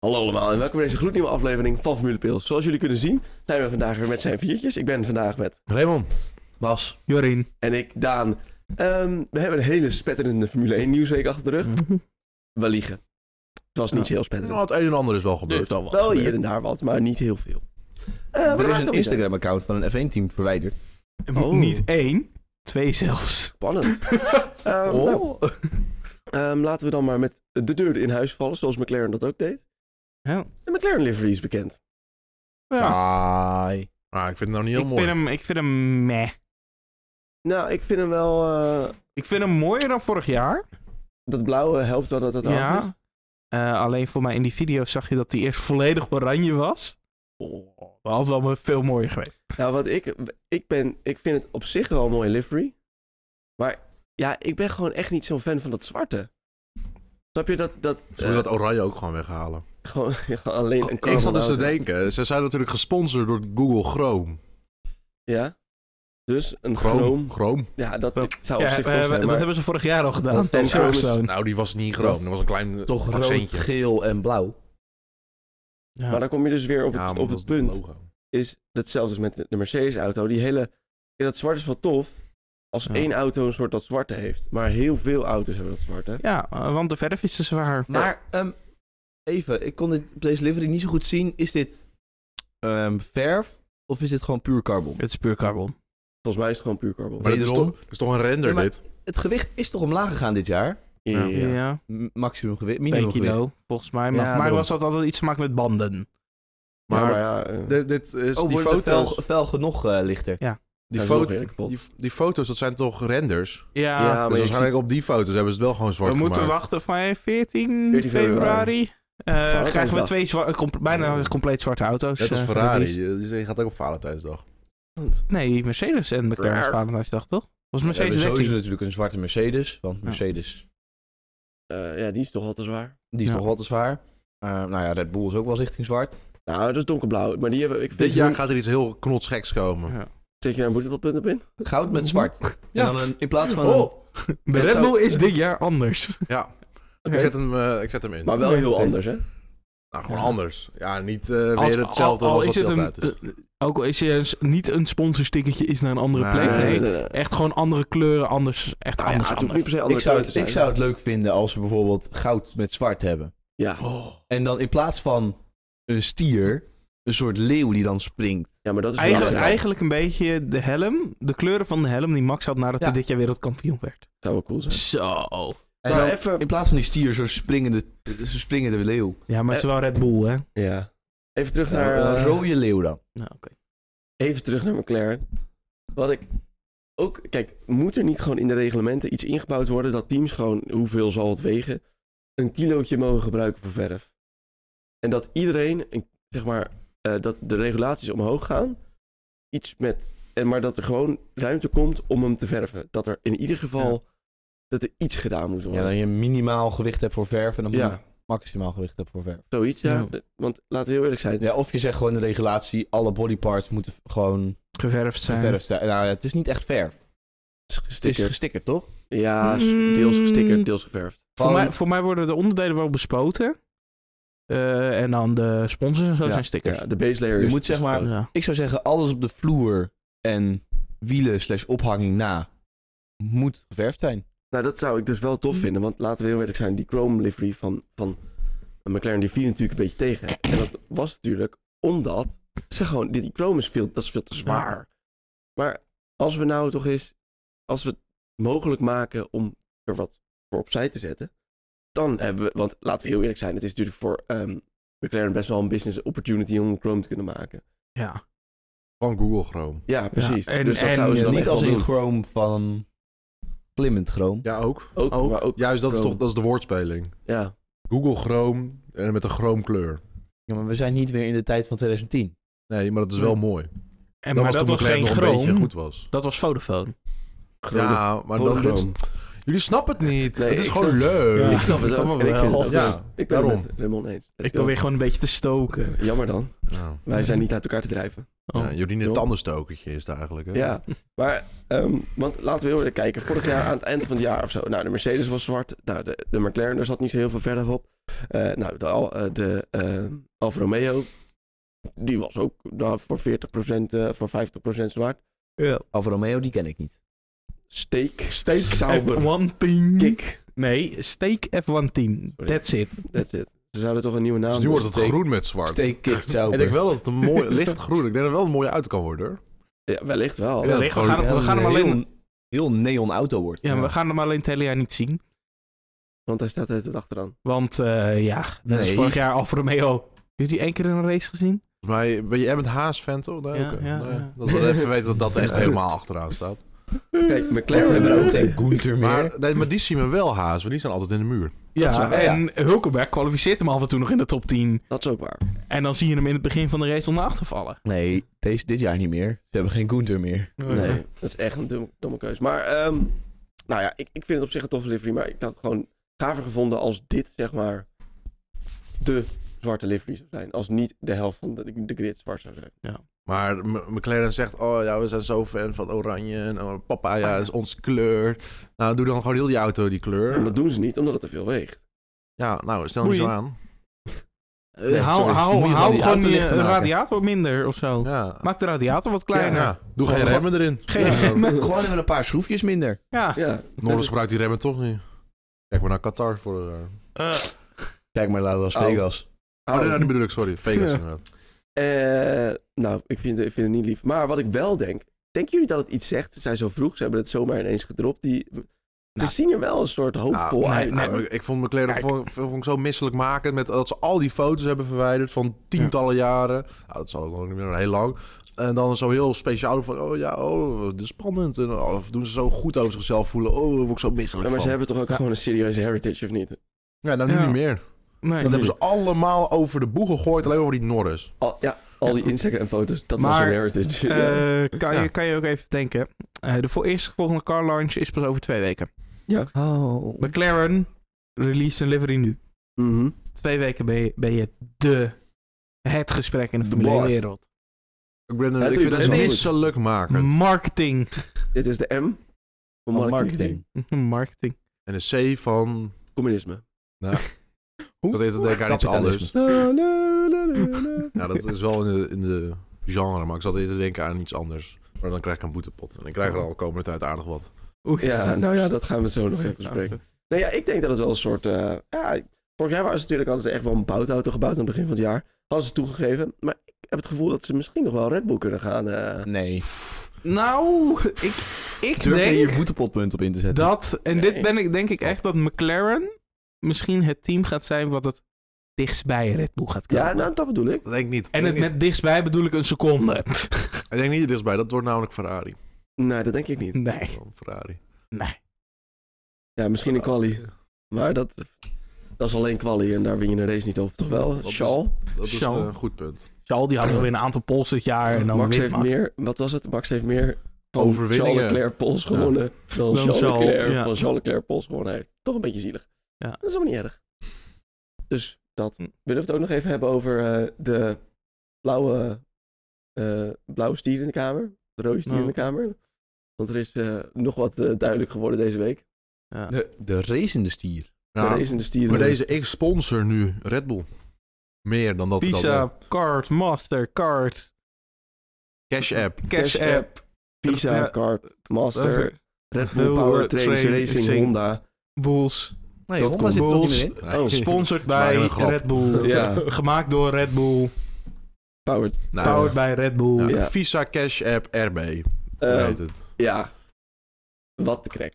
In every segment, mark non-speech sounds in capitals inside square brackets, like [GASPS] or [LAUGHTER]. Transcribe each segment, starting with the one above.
Hallo allemaal en welkom bij deze gloednieuwe aflevering van Formule Pils. Zoals jullie kunnen zien zijn we vandaag weer met zijn viertjes. Ik ben vandaag met Raymond. Bas. Jorien. en ik, Daan. Ehm, we hebben een hele spetterende Formule 1 nieuwsweek achter de rug. We liegen. Het was niet heel Nou, spetterend. het een en ander is wel gebeurd. wel hier en daar wat, maar niet heel veel. Eh, maar er maakt is ook een niet uit. Instagram-account van een F1-team verwijderd. Oh. Niet één, twee zelfs. Spannend. [LAUGHS] Ehm, nou, Oh. ehm, laten we dan maar met de deur in huis vallen, zoals McLaren dat ook deed. Ja. De McLaren livery is bekend. Ja. Ai. Ah, ik vind het nou niet Ik heel mooi. vind, hem, ik vind hem meh. Nou, ik vind hem wel... eh, Ik vind hem mooier dan vorig jaar. dat blauwe helpt wel dat dat eraf ja. is. Eh, alleen voor mij in die video zag je dat hij eerst volledig oranje was. Oh, dat had wel veel mooier geweest. Nou, wat ik, ik ben, ik vind het op zich wel een mooie livery. Maar ja, ik ben gewoon echt niet zo'n fan van dat zwarte. Snap je dat? dat, Zullen we eh, dat oranje ook gewoon weghalen? gewoon, [LAUGHS] gewoon alleen een Ik zat dus te caramelauto. denken, ze zijn natuurlijk gesponsord door Google Chrome. Ja. Dus een Chrome? chroom. Chrome? Ja, dat Dat- het zou op Ja, zich we toch hebben- zijn. Dat maar- hebben ze vorig jaar al gedaan. Dat bij is- Silverstone. Nou, die was niet Chrome. Dat was een klein Toch accentje. rood, geel en blauw. Ja. Maar dan kom je dus weer op het, Ja, maar op dat het was punt. het logo. Is hetzelfde als met de de Mercedes-auto. Die hele. ja, dat zwarte is wel tof. Als Ja. één auto een soort dat zwarte heeft. Maar heel veel auto's hebben dat zwarte. Ja, eh, want de verf is te zwaar. Maar ehm, even, ik kon dit, op deze livery niet zo goed zien. Is dit ehm, verf of is dit gewoon puur carbon? Het is puur carbon. Volgens mij is het gewoon puur carbon. Maar dat is, Wederom. toch, dat is toch een render Nee, maar- dit? Het gewicht is toch omlaag gegaan dit jaar? Ja. Ja, M- maximum gewicht, twee minimum gewicht. kilo, volgens mij. Maar Ja, voor mij daarom. was dat altijd iets te maken met banden. Maar, Maar dus ja. eh, dit, dit is Oh, die wordt het foto's... fel, fel genoeg eh, lichter? Die, Ja, foto- dat is wel weer kapot. die, die foto's, dat zijn toch renders? Ja, ja, Dus maar je ziet- waarschijnlijk op die foto's hebben ze het wel gewoon we zwart moeten gemaakt. wachten van eh, 14, 14 februari. februari. Eh, Valentijnsdag. krijgen we twee zwa- comp- bijna compleet zwarte auto's. Net als eh, Ferrari. released. Je, je gaat ook op Valentijnsdag. Nee, Mercedes en McLaren Raar. Valentijnsdag, toch? Was We hebben Mercedes sowieso 13? natuurlijk een zwarte Mercedes, want Mercedes, Eh, ja, die is toch al te zwaar. die is Ja. nog wel te zwaar. Eh, nou ja, Red Bull is ook wel richting zwart. Nou, dat is donkerblauw. Maar die hebben... Ik Dit vind jaar jaar... gaat er iets heel knotsgeks komen. Ja. Zet je daar een boetepunten op in? Goud met zwart. Ja. En dan een, in plaats van een, Oh, de Dat Red zou- Bull is dit jaar anders. Ja, Oké. ik, zet hem, eh, ik zet hem in. Maar wel heel Oké. anders, hè? nou, gewoon Ja. anders. Ja, niet eh, Als- weer hetzelfde al- al als is wat het hij een- altijd is. eh, Ook al is het niet een sponsorsticketje is naar een andere Nee. plek. Nee, Eh, eh, echt gewoon andere kleuren, anders. Echt nou ja, anders. het hoeft anders. niet per se anders ik zou, te het, zijn. ik zou het leuk vinden als we bijvoorbeeld goud met zwart hebben. Ja. En dan in plaats van een stier, een soort leeuw die dan springt. ja, maar dat is wel Eigenlijk, leuk. eigenlijk een beetje de helm, de kleuren van de helm die Max had nadat hij Ja. dit jaar wereldkampioen werd. zou wel cool zijn. Zo. En Nou, dan even- in plaats van die stier, zo'n springende, zo'n springende leeuw. Ja, maar het is wel Red Bull, hè? Ja. Even terug Een naar... eh, rode leeuw dan. Nou, oké. even terug naar McLaren. Wat ik ook... Kijk, moet er niet gewoon in de reglementen iets ingebouwd worden... dat teams gewoon, hoeveel zal het wegen... een kilootje mogen gebruiken voor verf? En dat iedereen, een- zeg maar... eh, dat de regulaties omhoog gaan. Iets met... En maar dat er gewoon ruimte komt om hem te verven. Dat er in ieder geval... dat er iets gedaan moet Ja, worden. dan je minimaal gewicht hebt voor verf en dan Ja. maximaal gewicht hebt voor verf. Zoiets, ja. Ja. Want laten we heel eerlijk zijn. Ja, of je zegt gewoon de regulatie, alle bodyparts moeten gewoon Geverfd zijn. verf zijn. Nou, ja, het is niet echt verf. Het is Gestickerd. gestickerd, toch? Ja, s- deels Mm. gestickerd, deels geverfd. Voor, Gewoon- mij, voor mij worden de onderdelen wel bespoten. Eh, en dan de sponsors en zo Ja, Dus zijn stickers. Ja, de base layer Je is- moet zeg is maar- groot. Ja. Ik zou zeggen, alles op de vloer en wielen slash ophanging na moet geverfd zijn. Nou, dat zou ik dus wel tof vinden. Want laten we heel eerlijk zijn. Die chrome livery van, van McLaren die viel natuurlijk een beetje tegen. En dat was natuurlijk omdat... Ze gewoon, die die chrome is veel, dat is veel te zwaar. Maar als we nou toch eens... Als we het mogelijk maken om er wat voor opzij te zetten... Dan hebben we... Want laten we heel eerlijk zijn. Het is natuurlijk voor ehm, McLaren best wel een business opportunity om chrome te kunnen maken. Ja. Van Google Chrome. Ja, precies. en- dus dat en zouden ze Ja, dan niet echt als wel in doen. Chrome van glimmend Chrome. Ja, ook. Ook, Ook. maar ook, ja. Juist, dat is Chrome. toch dat is de woordspeling. Google Chrome en met een chroom kleur. Ja, maar we zijn niet weer in de tijd van 2010. Nee, maar dat is wel mooi. En, dat maar was dat toen was McLaren geen nog een beetje groen. goed was. Dat was Vodafone. Groene ja, maar dan volle dit, Chrome. jullie snappen het niet. Nee, het is ik gewoon snap- leuk. Ik snap het Ik ook. snap En het ik vind wel. het ook. Ja, ik ben het daarom. met Raymond eens. Let's Ik go. probeer gewoon eh, een beetje te stoken. [LAUGHS] Jammer dan. Ja. Wij zijn niet uit elkaar te drijven. Oh. Ja, Jorien het Joh. tandenstokertje is het eigenlijk. Hè? Dus Ja, maar ehm, want laten we heel eerlijk kijken. Vorig jaar aan het eind van het jaar of zo. Nou, de Mercedes was zwart. Nou, de, de McLaren, daar zat niet zo heel veel verder op. Eh, nou, de, Al- eh, de eh, Alfa Romeo, die was ook nou, voor 40%, eh, voor 50% zwart. Ja. Alfa Romeo, die ken ik niet. Steak. Steak Sauber. F1 team. Kick. Nee, Steak F1 team. Sorry. That's it. That's it. Ze zouden toch een nieuwe naam nou, Dus nu wordt het doen. groen met zwart. [LAUGHS] Steak kicked Ik denk wel dat het een mooi lichtgroen. Ik denk dat het wel een mooie auto kan worden. hoor. Ja, wellicht wel. Ja, we, dat gaan, hem- we gaan hem alleen, Heel, heel neon auto wordt. ja, we gaan hem alleen het hele jaar niet zien. Want hij staat het achteraan. Want eh, ja, net als Nee. vorig jaar Alfa Romeo. Heb je die één keer in een race gezien? Volgens mij, ben jij bent Haas-fan toch? Nee, Ja, oké. ja, Nee, ja. Dat we even weten dat dat [LAUGHS] echt helemaal achteraan staat. Kijk, McLaren Ze hebben hebben er ook er geen ook Gunther meer. Maar, nee, maar die zien we wel Haas, want die zijn altijd in de muur. Dat is Ja, waar, ja. en Hulkenberg kwalificeert hem af en toe nog in de top 10. Dat is ook waar. En dan zie je hem in het begin van de race onder achtervallen. Nee, deze, dit jaar niet meer. Ze hebben geen Gunther meer. Eh, Nee, [LAUGHS] dat is echt een domme, domme keus. Maar ehm, nou ja, ik, ik vind het op zich een toffe livery. Maar ik had het gewoon gaver gevonden als dit, zeg maar, de zwarte livery zou zijn. Als niet de helft van de, de grid zwart zou zijn. Maar M- McLaren zegt, oh ja, we zijn zo fan van oranje en oh, papa, ja, is onze kleur. Nou, doe dan gewoon heel die auto die Maar kleur. dat doen ze niet, omdat het te veel weegt. Ja, nou, stel niet zo Boeien. aan. Eh, Nee, hou sorry. hou, Moet je hou gewoon gewoon die auto je lichter maken. radiator minder of zo. Ja. Maak de radiator wat Ja, kleiner. ja. Doe geen Ja. remmen erin. Geen Ja. [LAUGHS] remmen. Gewoon even een paar schroefjes minder. Ja. Ja, Ah, Norris gebruikt die remmen toch niet. Kijk maar naar Qatar voor de... Eh. Kijk maar naar Las Oh. Vegas. Oh, nee, Au. nou, die bedoel ik, sorry. Vegas Ja. inderdaad. Eh, nou, ik vind, ik vind het niet lief. Maar wat ik wel denk, denken jullie dat het iets zegt? Ze zijn zo vroeg, ze hebben het zomaar ineens gedropt. Die, ze Nou. zien er wel een soort hoopvol Nou, uit. nee, hoor. maar ik vond McLaren Kijk. vond, vond ik zo misselijk maken met dat ze al die foto's hebben verwijderd van tientallen jaren. Nou, dat zal ook nog niet meer, maar heel lang. En dan zo heel speciaal van, oh ja, oh, dit is spannend. En, oh, of doen ze zo goed over zichzelf voelen. Oh, daar word ik zo misselijk Ja, maar ze van. hebben toch ook Ja. gewoon een serieuze heritage, of niet? Ja, nou nu Ja. niet meer. Nee. Dat hebben ze allemaal over de boeg gegooid, alleen over die Norris. Al, ja, al die Instagram-foto's, dat was Maar, een heritage. Ja. Eh, kan, Ja. je, kan je ook even denken. Eh, de voor eerste volgende car launch is pas over twee weken. Oh. McLaren release een livery nu. Mhm. Twee weken ben je, ben je de, het gesprek in de De Formule boss. 1 wereld. Ik, ben, er- Ja, ik doe vind je het best wel misselijk makend. Marketing. [LAUGHS] Dit is de M van Marketing. marketing. Marketing. en een C van... Communisme. Dat is denk ik aan iets Kapitalisme. anders. Ja, Nou, dat is wel in de, in de genre, maar ik zat eerder te denken aan iets anders. Maar dan krijg ik een boetepot. En ik Oh. krijg er al komende tijd aardig wat. Oei. Ja, nou ja, dat gaan we zo nog even bespreken. Nee, ja, ik denk dat het wel een soort... eh, ja, vorig jaar waren ze natuurlijk, hadden ze echt wel een boutauto gebouwd aan het begin van het jaar. Hadden ze toegegeven. Maar ik heb het gevoel dat ze misschien nog wel Red Bull kunnen gaan. eh. Nee. Nou, ik, ik Durf je denk je voetenpotpunt op in te zetten? dat... En Nee. dit ben ik, denk ik echt dat McLaren misschien het team gaat zijn wat het dichtstbij Red Bull gaat komen. Ja, nou, dat bedoel ik. Dat denk ik niet. en ik, het denk niet. met dichtstbij bedoel ik een seconde. [LAUGHS] ik denk niet er dichtstbij, dat wordt namelijk Ferrari. Nee, dat denk ik niet. Nee, Ferrari. nee. Ja, misschien een quali. Maar dat, dat is alleen quali en daar win je een race niet op. Toch wel? Dat is- Charles? Dat is Zo. een goed punt. Charles die had wel weer een aantal polls dit jaar. En dan Max wint heeft Max. meer... Wat was het? Max heeft meer... van Overwinningen. Charles Leclerc Pols gewonnen. Dan, Dan Charles Charles, Leclerc, ja. van Charles Leclerc Pols gewonnen heeft. Toch een beetje zielig. Ja. Dat is helemaal niet erg. Dus dat. Hm. Willen we het ook nog even hebben over eh, de blauwe, eh, blauwe stier in de kamer? De rode stier in Oh. de kamer? Want er is eh, nog wat eh, duidelijk geworden deze week. Ja. De, de racende stier. de Nou, race in de stier. maar deze, ik sponsor nu Red Bull. Meer dan dat we dat Visa, Card, Mastercard, doen. Cash app. Cash, Cash App, App, Visa, Ja. Card, Master, Red Bull Bull, Power eh, Trains Train, Racing, Racing. Honda. Bulls, Nee, Dat Honda komt zit er ook Bulls. niet meer in. Oh, [LAUGHS] sponsored bij Maken we een grap. Red Bull, Ja. gemaakt door Red Bull, Power. Nou, powered bij Red Bull. nou, Ja. Visa Cash App RB. Eh, heet het. ja. Wat de crack.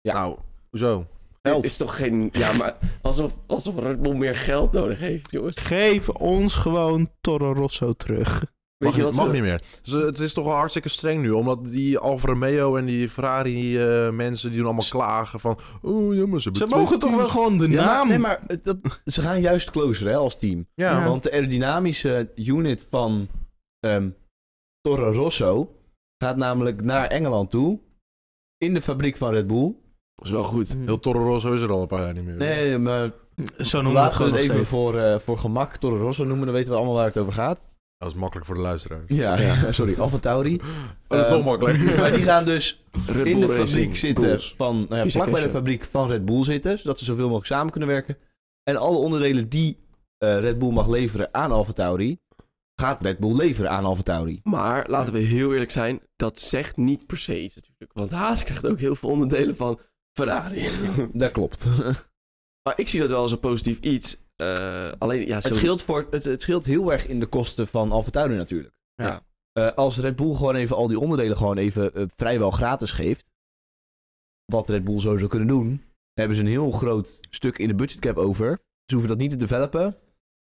ja. Nou, hoezo? Het is toch geen... Ja, maar alsof, alsof Red Bull meer geld nodig heeft, jongens. Geef ons gewoon Toro Rosso terug. Weet Mag, je niet, wat mag ze- niet meer. Dus, eh, het is toch wel hartstikke streng nu. Omdat die Alfa Romeo en die Ferrari eh, mensen die doen allemaal klagen van... Oh ja, maar ze Ze hebben twee mogen toch wel teams." gewoon de Ja, naam. nee, maar eh, dat, ze gaan juist closer hè, als team. Ja, Ja. want- Want de aerodynamische unit van ehm Toro Rosso gaat namelijk naar Engeland toe. In de fabriek van Red Bull. Dat is wel goed. heel Toro Rosso is er al een paar jaar niet meer. Nee, maar Zo noemen we het laten we gewoon het nog even steeds. voor, eh, voor gemak Toro Rosso noemen. Dan weten we allemaal waar het over gaat. Dat is makkelijk voor de luisteraar. Ja, Ja. [LAUGHS] sorry, Alfa Tauri. Oh, dat is Ehm, nog makkelijker. [LAUGHS] Maar die gaan dus Red in Bull de Racing fabriek zitten Bulls. van, nou ja, Kies vlak bij de location. fabriek van Red Bull zitten, zodat ze zoveel mogelijk samen kunnen werken. En alle onderdelen die eh, Red Bull mag leveren aan Alfa Tauri, gaat Red Bull leveren aan Alfa Tauri. Maar laten we heel eerlijk zijn, dat zegt niet per se iets natuurlijk. Want Haas krijgt ook heel veel onderdelen van Ferrari. [LAUGHS] Dat klopt. [LAUGHS] maar ik zie dat wel als een positief iets. Eh, alleen, ja, zo- het, scheelt voor, het, het scheelt heel erg in de kosten van Alfa Tauri natuurlijk. Ja. Eh, als Red Bull gewoon even al die onderdelen gewoon even eh, vrijwel gratis geeft, wat Red Bull zo zou kunnen doen, hebben ze een heel groot stuk in de budgetcap over. Ze hoeven dat niet te developen.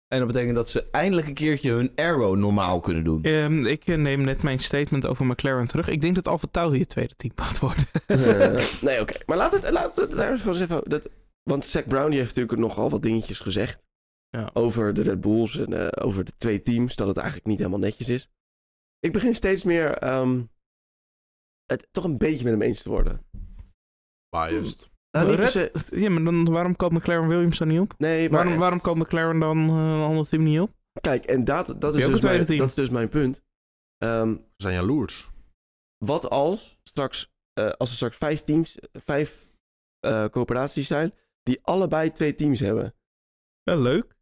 En dat betekent dat ze eindelijk een keertje hun aero normaal kunnen doen. Ehm, ik eh, neem net mijn statement over McLaren terug. Ik denk dat Alfa Tauri het tweede team gaat worden. [LAUGHS] Eh, nee, oké. Maar laten we laat het daar gewoon eens even... Dat, want Zack Brown die heeft natuurlijk nogal wat dingetjes gezegd. Ja. Over de Red Bulls en eh, over de twee teams. Dat het eigenlijk niet helemaal netjes is. Ik begin steeds meer ehm, het toch een beetje met hem eens te worden. Biased. Nou, niet per Red- se- Ja, maar dan, waarom koopt McLaren Williams dan niet op? nee, maar eh, Waarom, waarom koopt McLaren dan eh, een ander team niet op? kijk, en dat, dat, ook is dus een tweede mijn, team? dat is dus mijn punt. Ehm, Ze zijn jaloers. Wat als straks, eh, als er straks vijf teams, vijf eh, coöperaties zijn, die allebei twee teams hebben? leuk.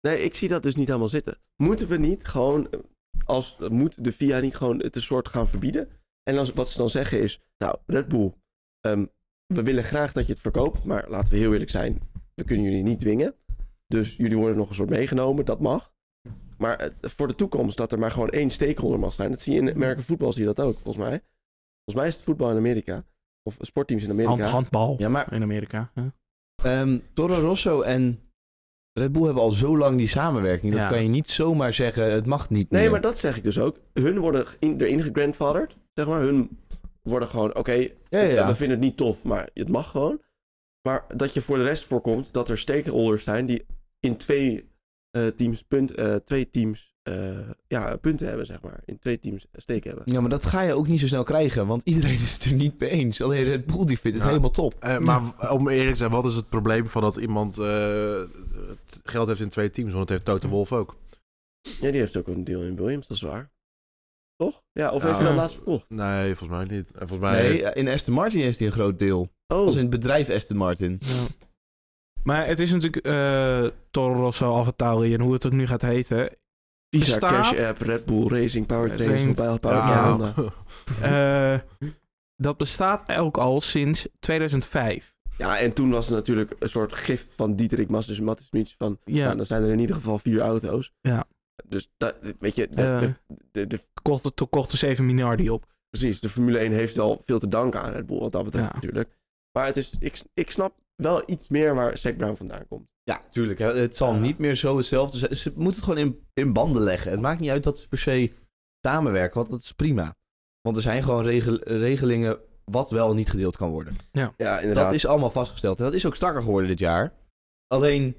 Nee, ik zie dat dus niet helemaal zitten. Moeten we niet gewoon, eh, als, moet de FIA niet gewoon het een soort gaan verbieden? En als, wat ze dan zeggen is, nou, Red Bull, ehm, we willen graag dat je het verkoopt, maar laten we heel eerlijk zijn, we kunnen jullie niet dwingen. Dus jullie worden nog een soort meegenomen, dat mag. Maar eh, voor de toekomst, dat er maar gewoon één stakeholder mag zijn. Dat zie je in merken voetbal, zie je dat ook, volgens mij. Volgens mij is het voetbal in Amerika. Of sportteams in Amerika. Hand, handbal Ja, maar in Amerika. Ja. ehm Toro Rosso en Red Bull hebben al zo lang die samenwerking. Dat Ja. kan je niet zomaar zeggen, het mag niet Nee, meer. maar dat zeg ik dus ook. Hun worden in, erin gegrandfathered, zeg maar. Hun worden gewoon, oké, Ja, ja, ja. we vinden het niet tof, maar het mag gewoon. Maar dat je voor de rest voorkomt dat er stakeholders zijn die in twee eh, teams, punt, eh, twee teams eh, ja, punten hebben, zeg maar. In twee teams steek hebben. Ja, maar dat ga je ook niet zo snel krijgen, want iedereen is het er niet mee eens. Alleen Red Bull die vindt het Ja. helemaal top. Eh, maar w- om eerlijk te zijn, wat is het probleem van dat iemand eh, het geld heeft in twee teams? Want dat heeft Toto Wolf ook. Ja, die heeft ook een deal in Williams, dat is waar. Toch? Ja, of Ja. heeft hij dat laatst verkocht? Nee, volgens mij niet. En volgens mij Nee, eh, in Aston Martin heeft hij een groot deel. Oh, Als in het bedrijf Aston Martin. Ja. Maar het is natuurlijk eh Toro Rosso, Alfa Tauri en hoe het ook nu gaat heten. Die Oh, Visa, staat Cash App, Red Bull Racing, Powertrains, Racing. Mobile Power Ja. Honda. Eh, dat bestaat ook al sinds 2005. Ja, en toen was er natuurlijk een soort gift van Dietrich Mas, dus Mattis Mitch van... Ja, Nou, dan zijn er in ieder geval vier auto's. Ja. Dus dat, weet je, de, Eh. de- de, de, kocht, toen kochten ze even Minardi op. precies, de Formule 1 heeft al veel te danken aan Red Bull wat dat betreft Ja. natuurlijk. Maar het is, ik, ik snap wel iets meer waar Zac Brown vandaan komt. Ja, tuurlijk. hè. Het zal niet meer zo hetzelfde zijn. Ze moeten het gewoon in, in banden leggen. Het maakt niet uit dat ze per se samenwerken, want dat is prima. Want er zijn gewoon regel- regelingen wat wel en niet gedeeld kan worden. Ja, Dat is allemaal vastgesteld. En dat is ook strakker geworden dit jaar. Alleen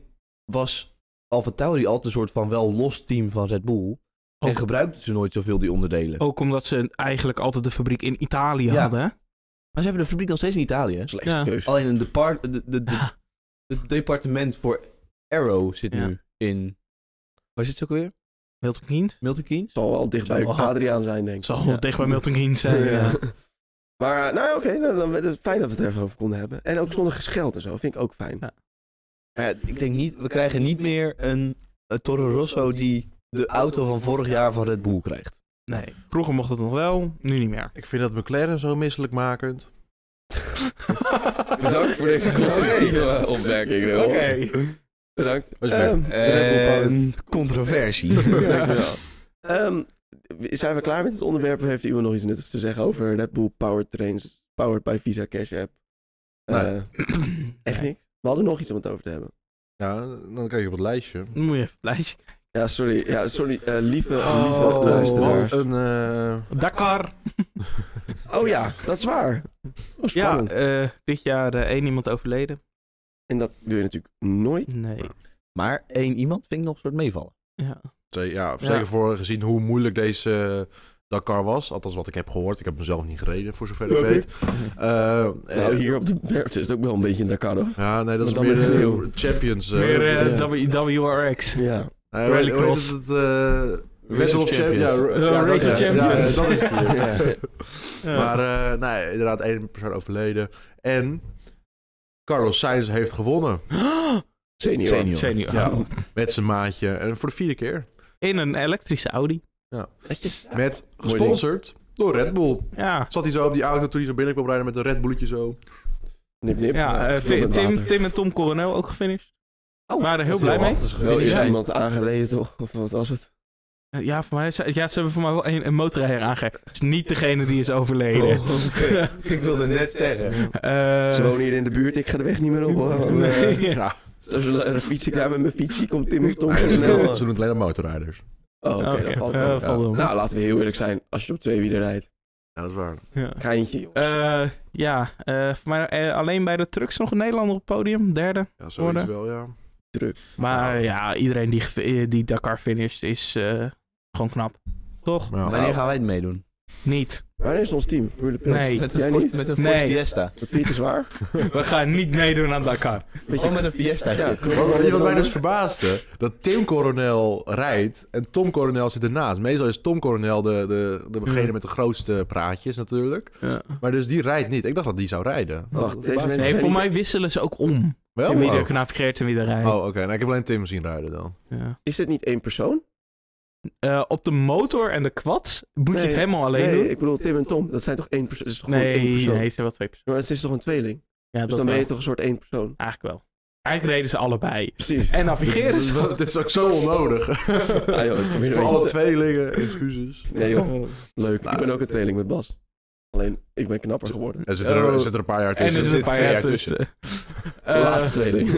was Alfa Tauri altijd een soort van wel los team van Red Bull. En Ook- gebruikten ze nooit zoveel die onderdelen. Ook omdat ze eigenlijk altijd de fabriek in Italië Ja. hadden. hè? Maar ze hebben de fabriek nog steeds in Italië. hè? een slechte Ja. keuze. Alleen een depart, de, de, de, het departement voor Arrow zit Ja. nu in. Waar zit ze ook weer? Milton Keynes? Milton Keynes? Zal wel dicht Zal bij wel- Adriaan zijn, denk ik. Zal Ja. dicht bij Milton Keynes zijn. Ja. ja. [LAUGHS] Maar eh, nou ja, oké, nou, dan, dan- fijn dat we het er even over konden hebben. En ook zonder gescheld en zo, vind ik ook fijn. Ja. Maar ja, ik denk niet, we krijgen niet meer een, een Toro Rosso die de auto van vorig jaar van Red Bull krijgt. Nee, vroeger mocht het nog wel, nu niet meer. [LAUGHS] Ik vind dat McLaren zo misselijkmakend. Bedankt voor [LAUGHS] deze constructieve opmerking. Oké. Ehm, Bedankt. Alsjeblieft. Ehm, Red Bull [LAUGHS] Power. controversie. [LAUGHS] Dankjewel. Ehm, zijn we klaar met het onderwerp? Of heeft iemand nog iets nuttigs te zeggen over Red Bull Powertrains, powered by Visa Cash App? Eh, Nee. [CLEARS THROAT] Echt niks? We hadden nog iets om het over te hebben. Ja, dan kijk je op het lijstje. Dan moet je even het lijstje. Ja, sorry. Ja, sorry. eh, lieve, Oh, lieve wat, een, luisteraars. wat een, eh, Dakar. Oh ja, dat is waar. Oh, Ja, spannend. eh, dit jaar eh, één iemand overleden. En dat wil je natuurlijk nooit. Nee. Maar één iemand vind ik nog een soort meevallen. Ja. Zee- Ja, zeker voor gezien hoe moeilijk deze eh, Dakar was. Althans, wat ik heb gehoord. Ik heb mezelf niet gereden, voor zover ik Oké. weet. Eh, Nou, eh, hier op de werf is het ook wel een beetje een Dakar, hoor. Ja, nee, dat is Maar dan meer met de sneeuw. Champions. eh, Meer eh, eh, ja. W- WRX. Ja. hoe heet rallycross. het, eh, Race of Champions. Ja, Champions. ja, Eh, dat- Race of ja, ja, Champions. dat is het. hier. [LAUGHS] Ja. Ja. Maar eh, nee, inderdaad, één persoon overleden. En Carlos Sainz heeft gewonnen [GASPS] Senior. Senior. Senior. Ja. met zijn maatje. En voor de vierde keer. In een elektrische Audi. Netjes. Met ding. gesponsord door Red Bull. Ja. Zat hij zo op die auto toen hij zo binnen kwam rijden met een Red Bulletje zo. Nip, nip. Ja, eh, Veel Tim, met Tim, water. Tim en Tom Coronel ook gefinished. Oh, waren er heel dat is blij mee. wat. Is Wel er is eerst. iemand aangereden toch? Of wat was het? Eh, Ja, voor mij, ze- ja, ze hebben voor mij wel een, een motorrijder aangegeven. Het is niet degene die is overleden. Oh. Ik wilde net zeggen. Eh, Ze wonen hier in de buurt, ik ga de weg niet meer op. hoor. [LAUGHS] Nee. Eh, Als er een fiets ik daar met mijn fietsie, komt Tim of Tom Ze doen [LAUGHS] snel. het- Oh, ze doen het alleen maar motorrijders. oké, Oké, dat valt eh, wel. valt wel. Nou, laten we heel eerlijk zijn. Als je op twee wielen rijdt, Ja, dat is waar. Ja. geintje. joh. Eh, ja, eh, voor mij eh, alleen bij de trucks nog een Nederlander op het podium, derde. Ja, zoiets Worden. wel, ja. Maar Nou, eh, ja, iedereen die, ge- eh, die Dakar finished is eh, gewoon knap. Toch? Ja. Wanneer gaan wij het meedoen? Niet. Wanneer is ons team? Formule Plus. Nee. Met Jij een, niet? Ford, met een Ford Nee. Fiesta. Dat vind je te zwaar? We gaan niet meedoen aan Dakar. Gewoon met een Fiesta. Ja, klopt. Wat, weet je wat mij dus verbaasde? Dat Tim Coronel rijdt en Tom Coronel zit ernaast. Meestal is Tom Coronel de, de, de degene Ja. met de grootste praatjes natuurlijk. Ja. Maar dus die rijdt niet. Ik dacht dat die zou rijden. Wacht, Dat deze verbaast me. mensen- Nee, voor mij wisselen ze ook om. Wel? En wie Oh, er navigeert en wie er rijdt. Oh, oké. Nou, ik heb alleen Tim zien rijden dan. Ja. Is dit niet één persoon? Eh, op de motor en de quads moet je Nee, het helemaal alleen Nee, doen. ik bedoel Tim en Tom. Dat zijn toch één persoon? Dat is toch gewoon één nee, persoon? nee, het zijn wel twee personen. Maar het is toch een tweeling? Ja, Dus dat dan ben je wel. toch een soort één persoon? Eigenlijk wel. Eigenlijk reden ze allebei. Precies. Dus En Dit navigeren is- ze. Dit is ook zo onnodig. Ah, joh, ik probeer een Voor alle beetje- tweelingen, excuses. Nee joh, leuk. ik ben ook een tweeling met Bas. Alleen, ik ben knapper Zo- geworden. Er zit er, Oh. er zit er een paar jaar En tussen. er zit een paar twee jaar tussen. De laatste Eh, tweeling.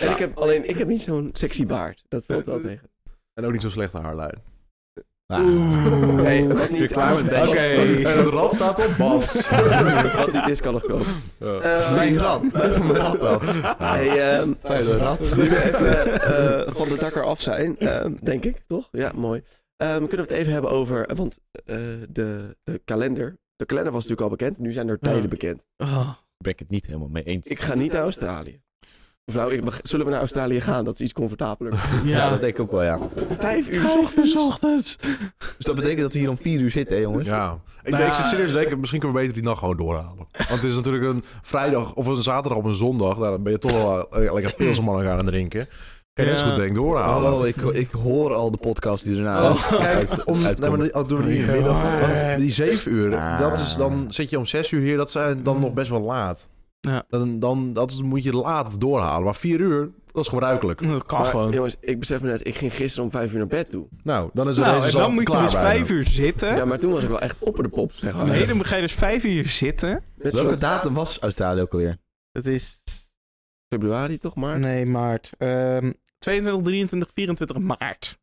en ik heb, alleen, ik heb niet zo'n sexy baard. Dat valt wel tegen. En ook niet zo'n slechte haarlijn. Ah. Oeh. Nee, dat was Je niet... klaar met Bas? Oké. En het rad staat op [LAUGHS] Bas. Had die discallig komen. Ja. Eh, Mijn [LAUGHS] rat. Mijn rat dan. Hey, ehm, Vuile rat. Nu we even eh, van de dakker af zijn, ehm, denk ik, toch? Ja, mooi. Ehm, kunnen we het even hebben over, want eh, de, de kalender, de kalender was natuurlijk al bekend, nu zijn er tijden Ja. bekend. oh, ben ik het niet helemaal mee eens. Ik ga niet naar Australië. Mevrouw, ik, mag- zullen we naar Australië gaan? Dat is iets [LAUGHS] comfortabeler. ja, Ja, dat denk ik ook wel, ja. Vijf uur Vijf uur ochtends. ochtends. Dus dat betekent dat we hier om vier uur zitten, hè, jongens? Ja. Ik, Nou, denk, ik zit serieus te denken, misschien kunnen we beter die nacht gewoon doorhalen. Want het is natuurlijk een vrijdag of een zaterdag of een zondag. Nou, dan ben je toch wel eh, lekker pilsenmannen gaan drinken. Kan je eens Ja. goed denken doorhalen. Oh, ik, ik hoor al de podcast die erna Oh. Want, kijk, om, nee, Uitkomt. maar dat doen we niet in de middag. Want die zeven uur, dat is dan zit je om zes uur hier, dat zijn dan nog best wel laat. Mm. Ja. Dan, dan dat is- moet je laat doorhalen. Maar vier uur, dat is gebruikelijk. [LAUGHS] Dat kan Maar, gewoon. jongens, ik besef me net, ik ging gisteren om vijf uur naar bed toe. Nou, dan is het nou, deze en zaal dan moet je klaar dus bijna. vijf uur zitten. Ja, maar toen was ik wel echt op de pop, zeg maar. nee, dan ga je dus vijf uur zitten. Met Welke soort datum was Australië ook alweer? Dat is... februari toch, maar? Nee, maart. Ehm 22, 23, 24 maart.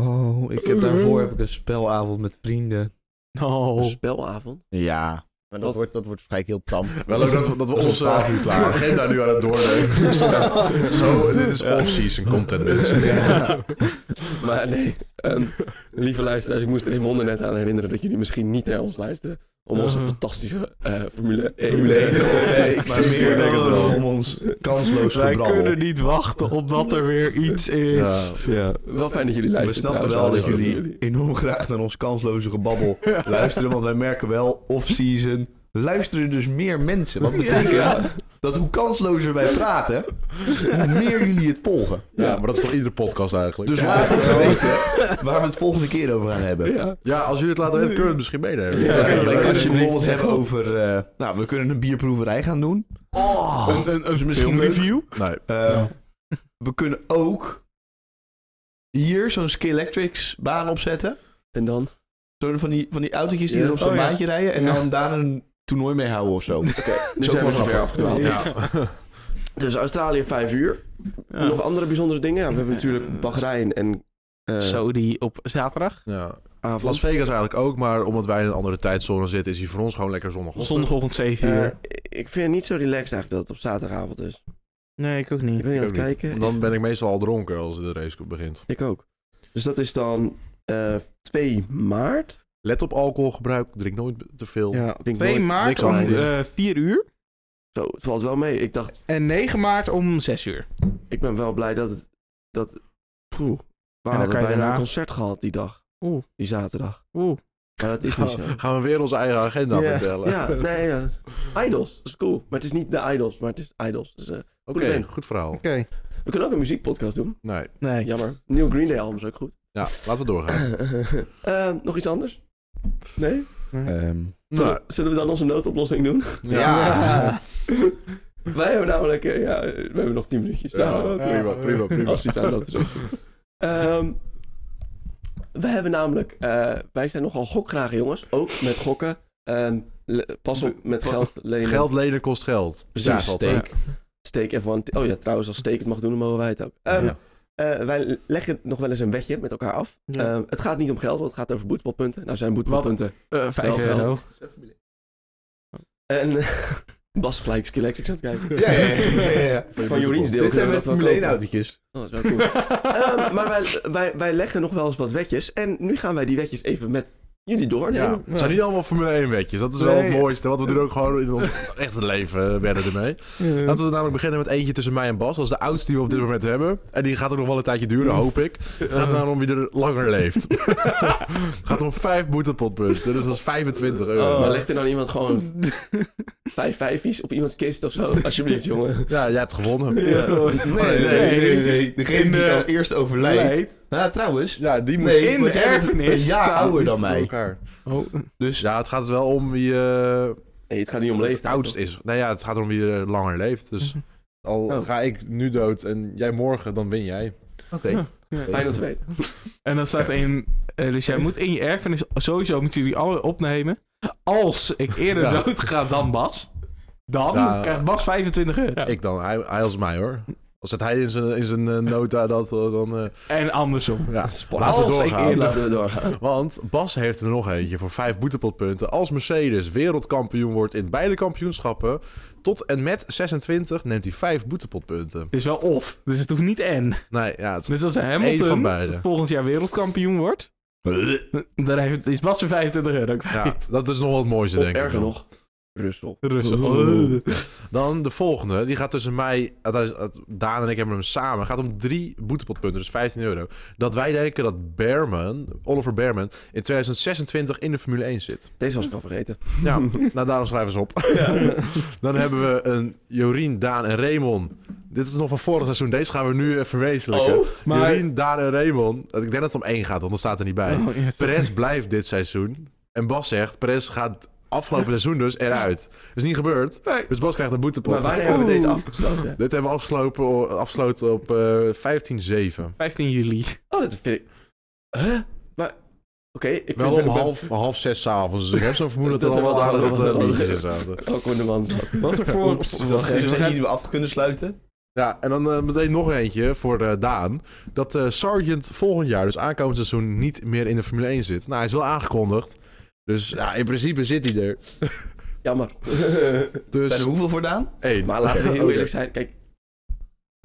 Oh, ik heb daarvoor heb ik een spelavond met vrienden. Een Oh. spelavond. Ja. Maar dat, Dat- wordt, dat wordt waarschijnlijk heel tam. [LAUGHS] Wel ook dat, we- dat we onze [LAUGHS] agenda nu aan het [LAUGHS] [LAUGHS] doornemen. zijn. Zo, dit is off-season content, mensen. Ja. [LAUGHS] maar nee, ehm, lieve luisteraars, ik moest er in mijn net aan herinneren dat jullie misschien niet naar ons luisteren. Om onze Eh. fantastische eh, Formule 1. Uh-huh. Formule [LAUGHS] 1 content, maar meer denk ik wel. Om ons kansloos Wij gebrabbel. kunnen niet wachten opdat er weer iets is. Ja. Wel fijn dat jullie We luisteren. snappen wel trouwens, dat houden jullie enorm graag naar ons [LAUGHS] kansloze gebabbel luisteren, want wij merken wel, off-season luisteren dus meer mensen. Wat betekent dat hoe kanslozer wij praten, hoe meer jullie het volgen. Ja, maar dat is toch iedere podcast eigenlijk? Dus we laat even weten waar we het volgende keer over gaan hebben. Ja. ja, als jullie het laten weten, kunnen we het misschien meenemen. Ja, Oké, ja, ja. wij kunnen het Alsjeblieft, bijvoorbeeld zeg hebben op. over... eh, nou, we kunnen een bierproeverij gaan doen. Oh. een, een, een filmreview? Nee. Eh, We kunnen ook hier zo'n Skillelectrics baan opzetten. En dan? Zo'n van die, van die autootjes die Ja. er op zo'n Oh, ja. maandje rijden en Ja. dan daar een toernooi mee houden of zo. Ehm, Nu Zo zijn we pas te ver af. afgedwaald. Ja. Dus Australië 5 uur. Ja. Nog andere bijzondere dingen? Ja, we hebben natuurlijk Bahrein en eh Saudi op zaterdag. Ja. avond. Las Vegas eigenlijk ook, maar omdat wij in een andere tijdzone zitten, is hij voor ons gewoon lekker zonnig. Zondagochtend 7 Eh, uur. ik vind het niet zo relaxed eigenlijk dat het op zaterdagavond is. nee, ik ook Ik niet. ben hier aan het Ik ook niet. kijken. Dan ben ik meestal al dronken als de race begint. Ik ook. Dus dat is dan eh 2 maart. Let op alcoholgebruik, drink nooit te veel. Ja, denk 2 nooit maart niks om aan doen. eh 4 uur. Zo, het valt wel mee. Ik dacht, En 9 maart om 6 uur. ik ben wel blij dat het... Dat, poeh, We En dan hadden kan je bijna daarna- een concert gehad die dag. Oeh. Die zaterdag. Oeh. Maar dat is Gaan niet zo. [LAUGHS] we, gaan we weer onze eigen agenda Ja. vertellen. Ja, nee, ja. dat- Idols, dat is cool. Maar het is niet de Idols, maar het is Idols. Dus, eh, Oké, Goed idee. goed verhaal. Oké. we kunnen ook een muziekpodcast doen. Nee, Nee. Jammer. Nieuw Green Day album is ook goed. ja, laten we [CLEARS THROAT] doorgaan. Eh, nog iets anders? Nee? Eh, Ehm, Zullen, Nou, zullen we dan onze noodoplossing [LAUGHS] doen? ja. Ja. Wij hebben namelijk... eh, ja, we hebben nog 10 minuutjes. Ja, Nou, prima, prima, prima. Als die staan, dat is ook goed. Ehm, we hebben namelijk... eh, wij zijn nogal gokgraag, jongens. Ook met gokken. Ehm, le- pas op met geld lenen. [LAUGHS] Geld lenen kost geld. Precies. Precies. altijd. Steek. Steek F1. Oh ja, trouwens, als Steek het mag doen, dan mogen wij het ook. Ehm, Ja. eh, wij leggen nog wel eens een wetje met elkaar af. Ja. Ehm, het gaat niet om geld, want het gaat over boetbalpunten. Nou zijn boetbalpunten. Eh, Vijf Wel euro. En [LAUGHS] Bas gelijk Skill Electric aan het kijken. Ja, ja, [LAUGHS] ja, ja, ja. Van Jorins deel. Dit zijn kunnen we dat wel met Formule kopen. 1 autootjes. Oh, dat is wel cool. [LAUGHS] Ehm, maar wij, wij, wij leggen nog wel eens wat wetjes. En nu gaan wij die wetjes even met jullie doornemen. Ja, het zijn niet allemaal Formule 1 wetjes. Dat is wel het Nee. mooiste. Want we doen ook gewoon in ons echte leven eh, werden ermee. Laten we namelijk beginnen met eentje tussen mij en Bas. Dat is de oudste die we op dit moment hebben. En die gaat ook nog wel een tijdje duren, hoop ik. Het gaat nou om wie er langer leeft. [LAUGHS] Het gaat om vijf boetepotpunten. Dus dat is 25 euro. Oh. Maar legt er dan iemand gewoon [LAUGHS] vijf vijfjes op iemands kist of [LAUGHS] zo? Alsjeblieft, jongen. Ja, jij hebt gewonnen. Nee, nee, nee, nee. Degene die de- als eerst overlijdt. Nou, trouwens. Ja, die moet... Nee, in de want jij bent erfenis Een jaar staat ouder dit dan mij. elkaar. Oh. Dus Ja, het gaat wel om wie eh, Nee, het gaat niet om het leeftijd. oudst is. Nou ja, het gaat om wie er langer leeft. Dus al Oh. ga ik nu dood en jij morgen, dan win jij. Oké. toch? Fijn dat we weten. En dan staat één. eh, dus jij moet in je erfenis. Sowieso moeten jullie alle opnemen. Als ik eerder Ja. dood ga dan Bas. Dan Ja. krijgt Bas 25 euro. Ik dan, hij, hij als mij hoor. Als het hij in zijn, in zijn eh, nota dat, eh, dan... eh, En andersom. ja, Als laten we ik doorgaan. eerlijk- Laten we doorgaan. Want Bas heeft er nog eentje voor vijf boetepotpunten. Als Mercedes wereldkampioen wordt in beide kampioenschappen, tot en met 26 neemt hij vijf boetepotpunten. Het is wel of. Dus het hoeft niet en. Nee, ja, het is... Dus als Eén van Hamilton beide. volgend jaar wereldkampioen wordt. Dan heeft- is Bas er 25 euro Ja, kwijt. dat is nog wat mooiste, Of denk ik. erger dan. nog, Russel. Rustig. Oh. Oeh. Dan de volgende, die gaat tussen mij, eh, dat is- dat- Daan en ik hebben hem samen. Het gaat om drie boetepotpunten, dus 15 euro. Dat wij denken dat Behrman, Oliver Behrman, in 2026 in de Formule 1 zit. Deze was ik al vergeten. Ja, [LAUGHS] nou daarom schrijven ze op. [LAUGHS] Dan hebben we een Jorien, Daan en Raymond. Dit is nog van vorig seizoen, deze gaan we nu even verwezenlijken. maar- Jorien, Daan en Raymond. Ik denk dat het om één gaat, want dat staat er niet bij. Oh, ja, Perez blijft dit seizoen. En Bas zegt, Perez gaat afgelopen seizoen dus eruit. is niet gebeurd. Nee. Dus Bas krijgt een boetepot. Maar wanneer hebben we Oeh. deze afgesloten? [LAUGHS] Dit hebben we afgesloten, afgesloten op eh 15-7. 15 juli. Oh, dat vind ik... Huh? Maar... Oké, ik Wel vind... om half, half zes s'avonds. Dus ik heb [LAUGHS] zo'n vermoeden dat, Dat er er wel wat aardig wat aardig eh, wat- biertjes in zaten. Welke de man zat. [LAUGHS] Wat er Oeps, voor... dat is Wacht even. degene die we Dus- af kunnen sluiten. Ja, en dan eh, meteen nog eentje voor eh, Daan. Dat eh Sargent volgend jaar, dus aankomend seizoen, niet meer in de Formule 1 zit. Nou, hij is wel aangekondigd. Dus ja, in principe zit hij er. Jammer. Zijn er Dus Oh, hoeveel voor Daan? één. maar laten [LAUGHS] [LAUGHS] we heel Oké. eerlijk zijn. Kijk,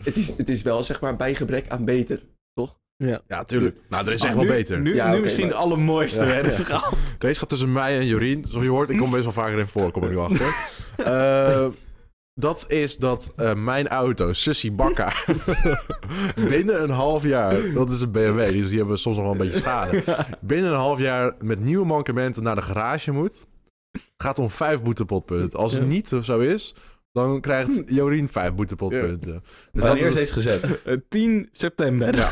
het is, het is wel zeg maar bij gebrek aan beter. Ja, tuurlijk. Nou, er is Ah, echt wel nu- beter. Nu, Ja, nu oké, misschien maar- de allermooiste. Ja. hè, dus ga- Deze gaat tussen mij en Jorien. Zoals je hoort, ik kom best wel vaker in voor, kom ik nu [LAUGHS] achter. Eh, dat is dat eh, mijn auto, Sissy [LAUGHS] Bakka, binnen een half jaar, dat is een BMW, dus die hebben soms nog wel een beetje schade. Binnen een half jaar met nieuwe mankementen naar de garage moet. Gaat om vijf boetepotpunten. Als het niet zo is, dan krijgt Jorien vijf boetepotpunten. We Dus dat zijn is, eerst eens [LAUGHS] gezet. Eh, 10 september. Ja.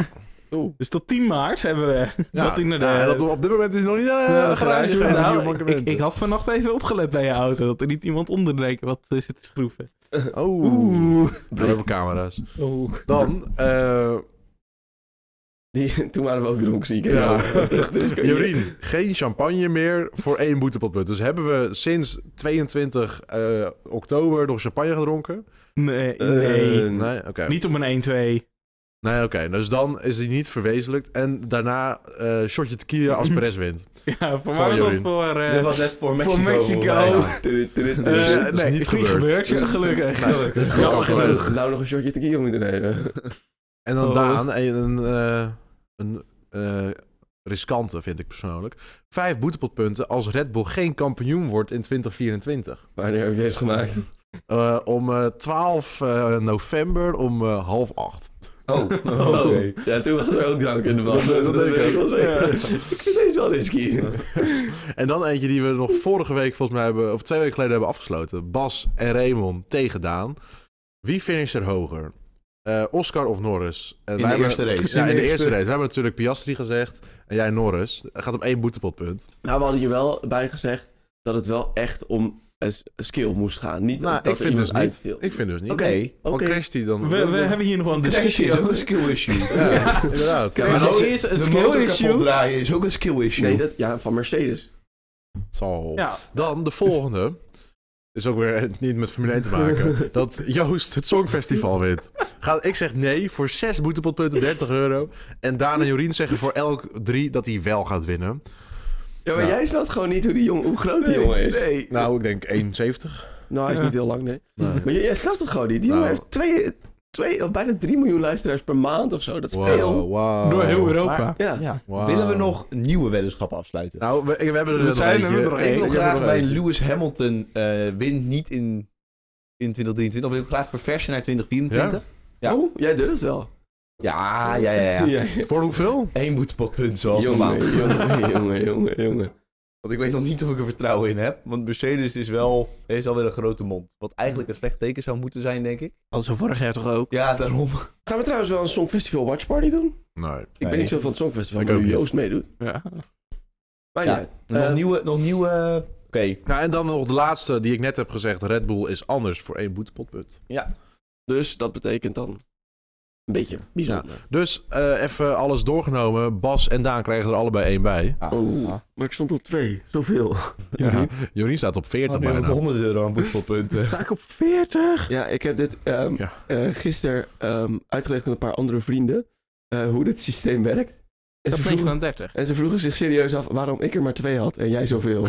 Oeh. Dus tot 10 maart hebben [LAUGHS] we ja, dat inderdaad. ja, dat- op dit moment is hij nog niet naar de Nou, garage gegaan. nou, nieuwe ik, ik, mankementen. ik had vannacht even opgelet bij je auto dat er niet iemand onder de deken wat eh, zit te schroeven. Oh, we hebben camera's. Dan, Hm. eh Die, toen waren we ook dronken, zie ik. ja. [LAUGHS] Dus kun je- Jorien, geen champagne meer voor één boetepotpunt. Dus hebben we sinds 22 eh, oktober nog champagne gedronken? Nee, Eh, nee. Nee, oké. Niet om een 1-2. Nee, oké. Dus dan is hij niet verwezenlijkt. En daarna eh shotje tequila [LAUGHS] als Perez wint. [LAUGHS] Ja, voor Van mij was dat Jorien. voor... eh, Dit was net voor Mexico. voor Mexico. volgens [LAUGHS] Tudu, tudu, tudu. eh, Dus Dus- het is nee, niet is niet gebeurd, gelukkig. Nee, dat is jammer ook genoeg. afgelopen. Nou nog een shotje tequila moeten nemen. [LAUGHS] En dan Oh. Daan, een, een, eh, een eh, riskante vind ik persoonlijk. Vijf boetepotpunten als Red Bull geen kampioen wordt in 2024. Wanneer heb je deze gemaakt? Eh, om eh, 12 eh, november om eh, half acht. Oh, Oh, ja, toen was er ook drank in de man. Dat- dat denk ik wel ook. zeker. Ja. [LAUGHS] Ik vind deze wel risky. Nou, En dan eentje die we nog vorige week volgens mij hebben, of twee weken geleden hebben afgesloten. Bas en Raymond tegen Daan. Wie finisht er hoger? Eh, Oscar of Norris? En In wij de hebben- eerste race. Ja, in de Eerste. eerste race. We hebben natuurlijk Piastri gezegd en jij Norris. Hij gaat op één boetepotpunt. Nou, we hadden je wel bij gezegd dat het wel echt om een s- een skill moest gaan. Niet Nou, dat ik er vind iemand dus niet. uitviel. Ik vind dus niet. Oké. Al crasht hij dan... We, we hebben hier nog wel een discussie over. een skill issue. [LAUGHS] Ja, inderdaad. Ja, Maar maar dat als- is een de skill motor kapot issue. draaien is ook een skill issue. Nee, dat, ja, van Mercedes. Het zal. Ja, Dan de volgende. Is ook weer niet met Formule 1 te maken. Dat Joost het Songfestival wint. Ga, ik zeg nee voor 6 boetepotpunten, 30 euro. En Daan en Jorien zeggen voor elk drie dat hij wel gaat winnen. Ja, maar Ja. jij snapt gewoon niet hoe, die jong, hoe groot die jongen is. Nee. Nou, ik denk 71. Nou, hij is Ja. niet heel lang, nee. Nee. Maar jij, jij snapt het gewoon niet. Die jongen Nou. heeft twee, twee, of bijna 3 miljoen luisteraars per maand of zo. Dat is veel. Wow, wow. Door heel Europa. Maar- ja. Wow. Willen we nog een nieuwe weddenschap afsluiten? Nou, we, we hebben er Er net zijn nog er eentje. nog ik één. wil heb er graag nog bij eentje. Lewis Hamilton eh win niet in, in 2023. Of wil ik graag perversen naar 2024. Ja. Oh, jij doet het wel. Ja, ja, ja. [LAUGHS] ja. Voor hoeveel? Eén boetepotpunt zoals normaal. Jongen, jongen, jongen, jongen, jongen. Want ik weet nog niet of ik er vertrouwen in heb. Want Mercedes is wel, heeft alweer een grote mond. Wat eigenlijk een slecht teken zou moeten zijn, denk ik. Als we vorig jaar toch ook. Ja, daarom. Gaan we trouwens wel een Songfestival Watch Party doen? Ik Nee. ben Nee. niet zo van het Songfestival, Ik maar ook nu niet. Joost meedoet. Ja. Maar Ja. ja, nog Eh, nieuwe, nog nieuwe... Oké, Nou, en dan nog de laatste die ik net heb gezegd. Red Bull is anders voor één boetepotpunt. dus dat betekent dan een beetje bijzonder. Dus eh, even alles doorgenomen. Bas en Daan krijgen er allebei één bij. Ah, ah. Oh, maar ik stond op twee. Zoveel. Ja. Jorien staat op 40 Dan ben ik bijna. op 100 Oh, euro aan [LAUGHS] boetepotpunten. Sta ik op [LAUGHS] 40? Ja, ik heb dit ehm Ja. eh, gisteren ehm, uitgelegd aan een paar andere vrienden eh, hoe dit systeem werkt. En Dat ze, ben je vroegen, aan 30. en ze vroegen zich serieus af waarom ik er maar twee had en jij zoveel.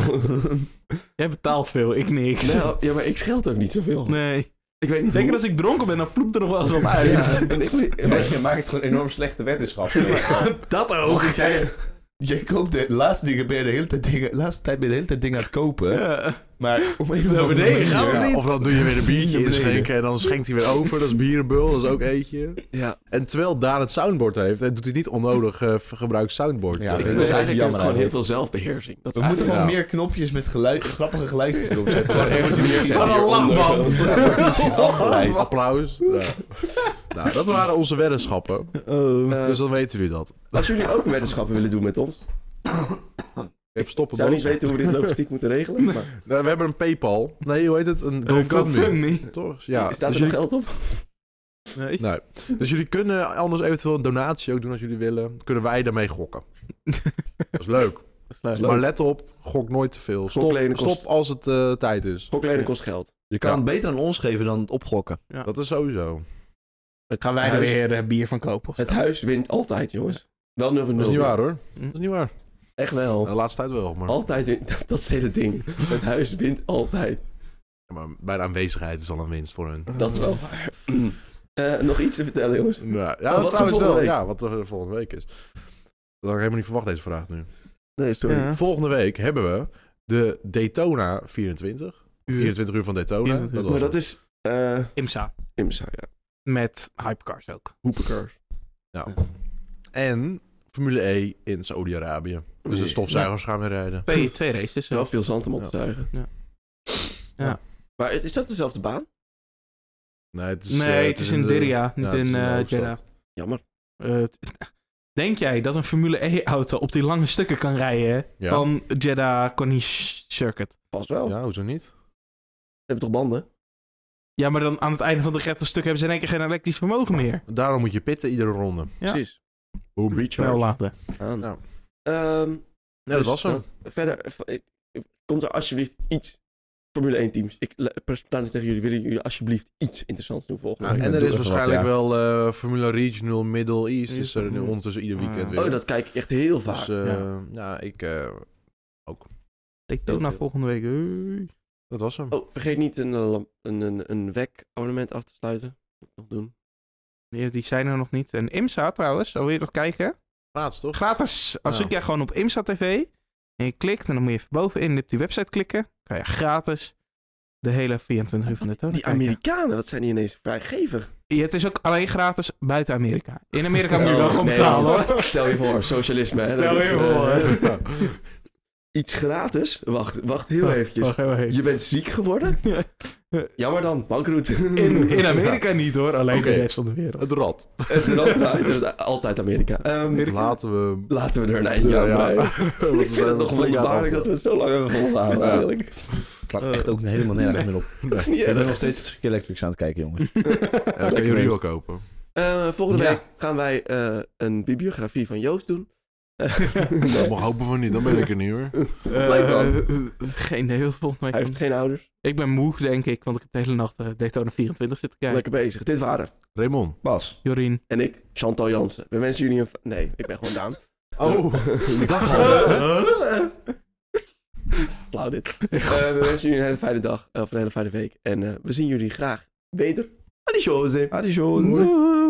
Jij betaalt veel, ik niks. nou, ja, maar ik scheld ook niet zoveel. Nee. Ik weet niet Zeker hoe- als ik dronken ben, dan vloept er nog wel eens wat uit. Ja, en ik, Weet je, maakt het gewoon enorm slechte weddenschappen. Dat ook. Jij koopt de laatste, dingen ben je de hele tijd dingen, de laatste tijd ben je de hele tijd dingen aan het kopen. Ja. Maar op een of Naar andere beneden manier- gaan we Ja, niet. of dan doe je weer een biertje Naar in de beneden. schenken en dan schenkt hij weer over. Dat is bierenbul, dat is ook eentje. ja, En terwijl Daan het soundboard heeft, en doet hij niet onnodig eh, gebruik soundboard. Ja, eh, ik dat mis is eigenlijk jammer gewoon heel eigenlijk. veel zelfbeheersing. Dat We is moeten gewoon Ja. meer knopjes met geluid, grappige geluidjes erop zetten. Gewoon ergens die neerzetten. Wat een hieronder, lachband. zo. Dat wordt misschien afgeleid. Applaus. Ja. nou, dat waren onze weddenschappen. Oh. Eh, dus dan weten jullie dat. Als jullie ook weddenschappen willen doen met ons, [LAUGHS] Even stoppen, ik zou niet Bas. weten hoe we dit logistiek moeten regelen. Maar Nou, we hebben een Paypal. Nee, hoe heet het? Een Eh, GoFundMe. GoFundMe. Toch? Ja. staat dus er jullie- nog geld op? Nee. Dus jullie kunnen anders eventueel een donatie ook doen als jullie willen. Kunnen wij daarmee [LAUGHS] gokken. Dat is leuk. Maar let op, gok nooit te veel. Stop, Gokleden kost- stop als het eh, tijd is. Gokleden kost geld. Je kan het beter aan ons geven dan het opgokken. Dat is sowieso. Gaan wij er Huis- weer eh, bier van kopen? of zo? Het huis wint altijd, jongens. Wel 0 Dat is niet waar hoor. Hm? Dat is niet waar. Echt wel. De laatste tijd wel, maar, Altijd wint. [LAUGHS] Dat, dat is het hele ding. Het huis wint altijd. Ja, maar bij de aanwezigheid is al een winst voor hun. Dat is wel waar. [CLEARS THROAT] Eh, nog iets te vertellen, jongens. Ja, Oh, ja wat is er trouwens volgende wel. week? Ja, wat er volgende week is. Dat had ik helemaal niet verwacht, deze vraag nu. Nee, sorry. Ja. Volgende week hebben we de Daytona 24. 24 uur van Daytona. 24 uur. was Maar dat het. is eh IMSA. IMSA, ja. Met hypecars ook. Hoepekers. Ja. En Formule E in Saudi-Arabië. Dus de stofzuigers gaan weer rijden. Twee, twee races. Wel zelf. veel zand om op te zuigen. Ja. Ja. Ja. Maar is dat dezelfde baan? Nee, het is, eh, Nee, het is in de- Diriyah, niet het is in in de eh hoofdstad. Jeddah. Jammer. Eh, Denk jij dat een Formule E-auto op die lange stukken kan rijden Ja. van Jeddah Corniche Circuit? Pas wel. Ze Ja, hoezo niet? hebben toch banden? Ja, maar dan aan het einde van de rechte stuk hebben ze in één keer geen elektrisch vermogen meer. Daarom moet je pitten iedere ronde. Ja. Precies. Boom. Snel Recharge. laten. Aan. Ja. Ehm, Nee, dat dus was hem. verder, eh, eh, komt er alsjeblieft iets. Formule 1 teams. Ik le- persoonlijk tegen jullie. Willen jullie alsjeblieft iets interessants doen volgende Ja, week? en doe er is even wat, waarschijnlijk ja. wel eh, Formula Regional Middle East. Is er nu Mhm. ondertussen ieder weekend Ah. weer. Mm. Oh, dat kijk ik echt heel vaak. Dus eh, Ja. ja. ik... eh, Daytona volgende week. Hey. dat was hem. Oh, vergeet niet een, eh, lamp- een, een, een WEC-abonnement af te sluiten. Moet ik nog Oh, doen. Die- Die zijn er nog niet. En IMSA trouwens, al wil je dat kijken? Laatst, toch? Gratis. Als Oh. Ja. ik jij gewoon op IMSA TV en je klikt en dan moet je even bovenin op die website klikken. Kan je gratis de hele 24 uur van de toon Die Amerikanen, wat zijn die ineens vrijgevig. Ja, het is ook alleen gratis buiten Amerika. In Amerika moet je Oh, wel gewoon nee. betalen hoor. Stel je voor, socialisme. Hè? Stel Dat je is, [LAUGHS] voor, eh, hè. Iets gratis? Wacht, wacht heel eventjes. Wacht, heel even. Je bent ziek geworden? Ja. Jammer dan, bankroet. In, [LAUGHS] in Amerika niet hoor, alleen Oké. de rest van de wereld. Het rad. En dan eruit. Dat is Altijd Amerika. Ehm, Laten we... laten we er een eindje aan breien. Want Ik we vind zijn het er nog flink aan wonderbaarlijk het dat we het zo lang hebben volgehouden Ja. eigenlijk. Het Het slaat echt ook helemaal nergens meer op. is niet Ik ben nog erg. steeds Ski Electrics aan het kijken, jongens. Ja, dan kun je jullie wel kopen. [LAUGHS] Eh, volgende Ja. week gaan wij eh, een bibliografie van Joost doen. [LAUGHS] Nou, maar hopen we niet. Dan ben ik er niet hoor. blijkbaar. Eh, geen idee wat volgens mij. Hij heeft geen ouders. Ik ben moe, denk ik, want ik heb de hele nacht eh, Daytona 24 zitten kijken. Lekker bezig. Dit waren Raymond. Bas. Jorien. en ik, Chantal Jansen. We wensen jullie een... f- Nee, ik ben gewoon Daan. Oh, ik dacht al. al. Flauw dit. Eh, we wensen jullie een hele fijne dag, of een hele fijne week. En eh, we zien jullie graag weder. Adios. Adios. Doei.